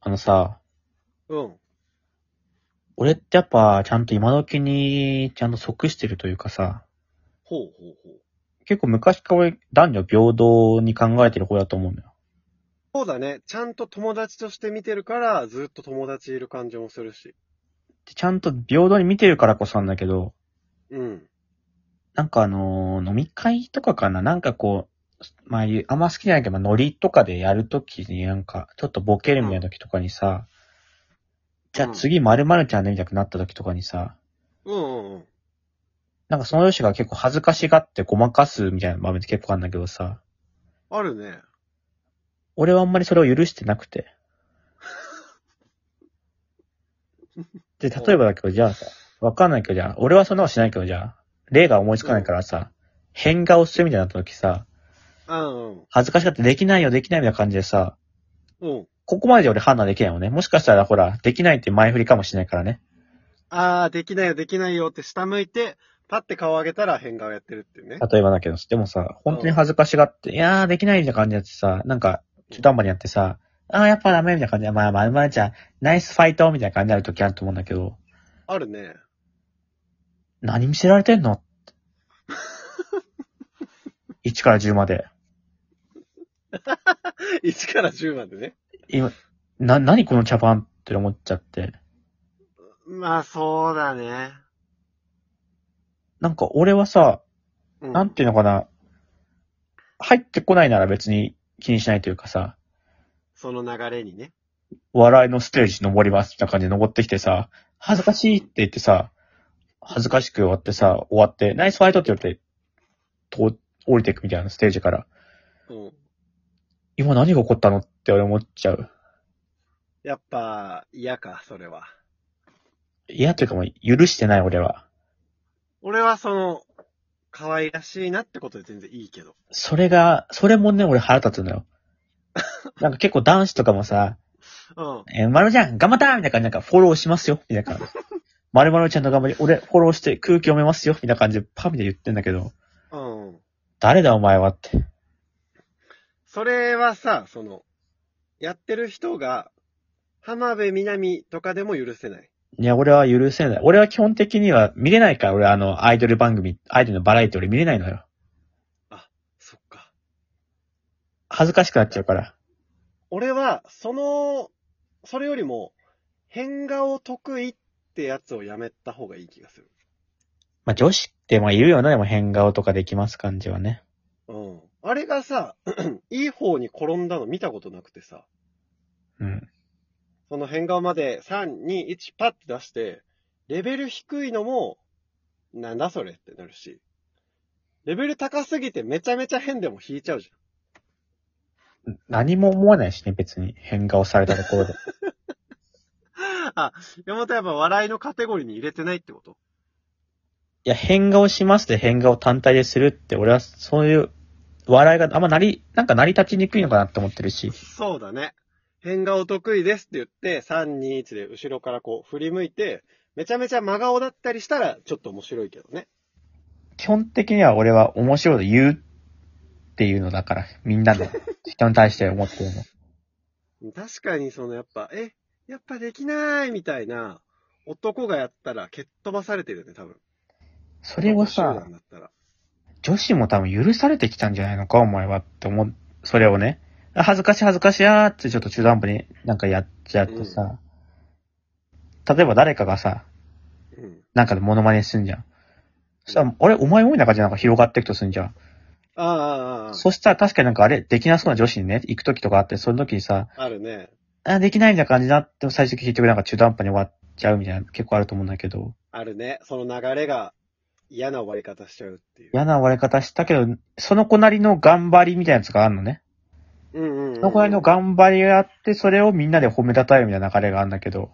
あのさ、うん。俺ってやっぱちゃんと今時にちゃんと即してるというかさ、ほうほうほう。結構昔から俺男女平等に考えてる方だと思うんだよ。そうだね。ちゃんと友達として見てるから、ずっと友達いる感じもするし。でちゃんと平等に見てるからこそなんだけど、うん。なんかあのー飲み会とかかななんかこう、まあ、あんま好きじゃないけど、まあ、ノリとかでやるときになんか、ちょっとボケるみたいなときとかにさ、じゃあ次〇〇ちゃんでみたくなったときとかにさ、うんうんうん。なんかその女子が結構恥ずかしがってごまかすみたいな場面って結構あるんだけどさ、あるね。俺はあんまりそれを許してなくて。で、例えばだけど、じゃあさ、わかんないけど、じゃあ、俺はそんなことしないけど、じゃあ、例が思いつかないからさ、変顔するみたいになった時さ、うんうん。恥ずかしかったできないよ、できないみたいな感じでさ、うん。ここまでで俺判断できないよね。もしかしたら、ほら、できないって前振りかもしれないからね。あー、できないよ、できないよって下向いて、パッて顔上げたら変顔やってるっていうね。例えばだけど、でもさ、本当に恥ずかしがって、いやー、できないみたいな感じでやってさ、なんか、中途半端にやってさ、あー、やっぱダメみたいな感じで、まあまあ、まあ、じゃあ、ナイスファイトみたいな感じになる時あると思うんだけど、あるね。 何見せられてんの って ?1 から10まで。 1から10までね。今、な、何この茶番って思っちゃって。まあ、そうだね。なんか俺はさ、うん。なんていうのかな。入ってこないなら別に気にしないというかさ、その流れにね。笑いのステージ登りますみたいな感じで登ってきてさ、恥ずかしいって言ってさ、恥ずかしく終わってさ、終わって、ナイスファイトって言って、と、降りていくみたいなステージから、うん。今何が起こったのって俺思っちゃう。やっぱ、嫌か、それは。嫌というかもう許してない俺は。俺はその、可愛らしいなってことで全然いいけど。それが、それもね、俺腹立つのよ。なんか結構男子とかもさ、うん。えー、まるちゃん、頑張ったみたいな感じ、なんかフォローしますよみたいな感じ。まるまるちゃんの頑張り、俺フォローして空気読めますよみたいな感じでパミで言ってんだけど、うん。誰だお前はって。それはさ、その、やってる人が、浜辺美波とかでも許せない。いや、俺は許せない。俺は基本的には見れないから、俺あの、アイドル番組、アイドルのバラエティ俺見れないのよ。そっか。恥ずかしくなっちゃうから。俺は、その、それよりも、変顔得意ってやつをやめた方がいい気がする。まあ、女子って、まあ、いるよな、でも変顔とかできます感じはね。うん。あれがさ、 いい方に転んだの見たことなくてさ、うん。その変顔まで3、2、1パッて出して、レベル低いのも、なんだそれってなるし、レベル高すぎてめちゃめちゃ変でも引いちゃうじゃん。何も思わないしね、別に。変顔されたところで。あ、山本はやっぱ笑いのカテゴリーに入れてないってこといや、変顔しますで変顔単体でするって、俺はそういう、笑いがあんまなり、なんか成り立ちにくいのかなって思ってるし、そうだね。変顔得意ですって言って、3、2、1で後ろからこう振り向いて、めちゃめちゃ真顔だったりしたらちょっと面白いけどね。基本的には俺は面白いこと言うっていうのだから、みんなの人に対して思ってるの。確かにそのやっぱ、え、やっぱできないみたいな、男がやったら蹴っ飛ばされてるよね、多分。それを男集さ団、だったら女子も多分許されてきたんじゃないのか、お前はって思う、それをね、あ恥ずかしい恥ずかしいやーってちょっと中途半端になんかやっちゃってさ、例えば誰かがさ、うん。なんかでモノマネすんじゃん。そしたら、あれお前多いな感じでなんか広がっていくとすんじゃん。ああああ、あそしたら確かになんかあれ、できなそうな女子にね、行く時とかあって、その時にさ、ああるね。あ、できないみたいな感じになって、最終的に結局なんか中途半端に終わっちゃうみたいな、結構あると思うんだけど、あるね。その流れが嫌な終わり方しちゃうっていう。嫌な終わり方したけど、その子なりの頑張りみたいなやつがあるのね。うんうん、うん。その子なりの頑張りがあって、それをみんなで褒めたたえるみたいな流れがあるんだけど、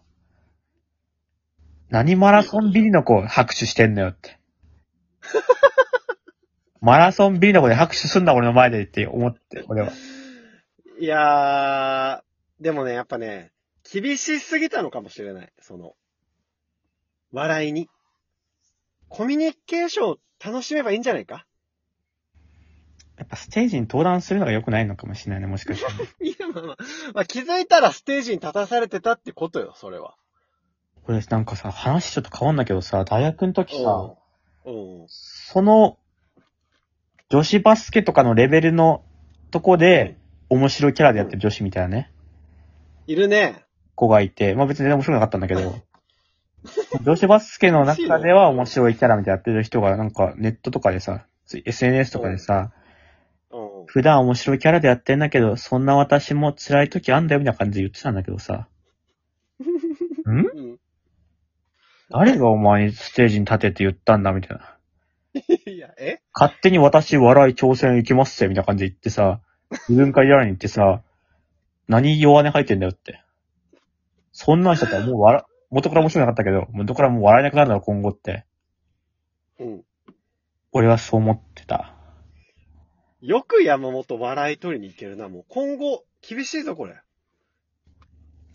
何マラソンビリの子拍手してんのよ って。マラソンビリの子で拍手すんな俺の前でって思って、俺は。いやー、でもね、やっぱね、厳しすぎたのかもしれない。その、笑いに。コミュニケーションを楽しめばいいんじゃないかやっぱステージに登壇するのが良くないのかもしれないね、もしかしたら。 いや、まあまあ、まあ、気づいたらステージに立たされてたってことよ、それは。これなんかさ、話ちょっと変わんだけどさ、大学の時さ、うん。その、女子バスケとかのレベルのとこで、面白いキャラでやってる女子みたいなね、いるね。子がいて、まあ別に全然面白くなかったんだけ ど、女子バスケの中では面白いキャラみたいなやってる人が、なんかネットとかでさ、つい SNS とかでさ、うん。普段面白いキャラでやってんだけど、そんな私も辛い時あんだよみたいな感じで言ってたんだけどさ、んうん。誰がお前にステージに立てって言ったんだみたいな。 いや、え勝手に私笑い挑戦行きますぜみたいな感じで言ってさ、自分からやらに行ってさ、何弱音入ってんだよって。そんなんしたったらもう笑、元から面白くなかったけど、元からもう笑えなくなるだろ、今後って。うん。俺はそう思ってた。よく山本笑い取りに行けるな、もう。今後、厳しいぞ、これ。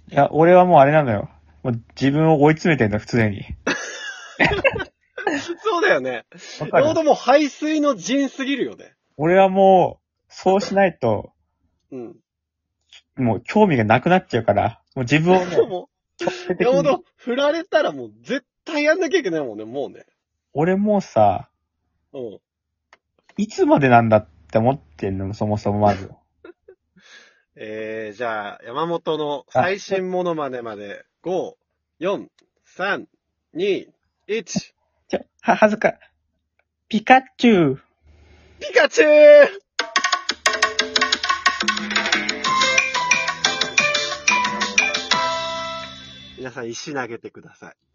いや、俺はもうあれなのよ。もう自分を追い詰めてんだ、普通に。そうだよね。わちかょうるどもう排水の陣すぎるよね。俺はもう、そうしないと、うん。もう興味がなくなっちゃうから、もう自分をで もう、も直接う、的山に。本、振られたらもう絶対やんなきゃいけないもんね、もうね。俺もうさ、うん。いつまでなんだって思ってんの、そもそもまず。えー、じゃあ、山本の最新モノマネまで、5、4、3、2、1、ちょ、は、はずか。ピカチュウ。ピカチュウ皆さん石投げてください。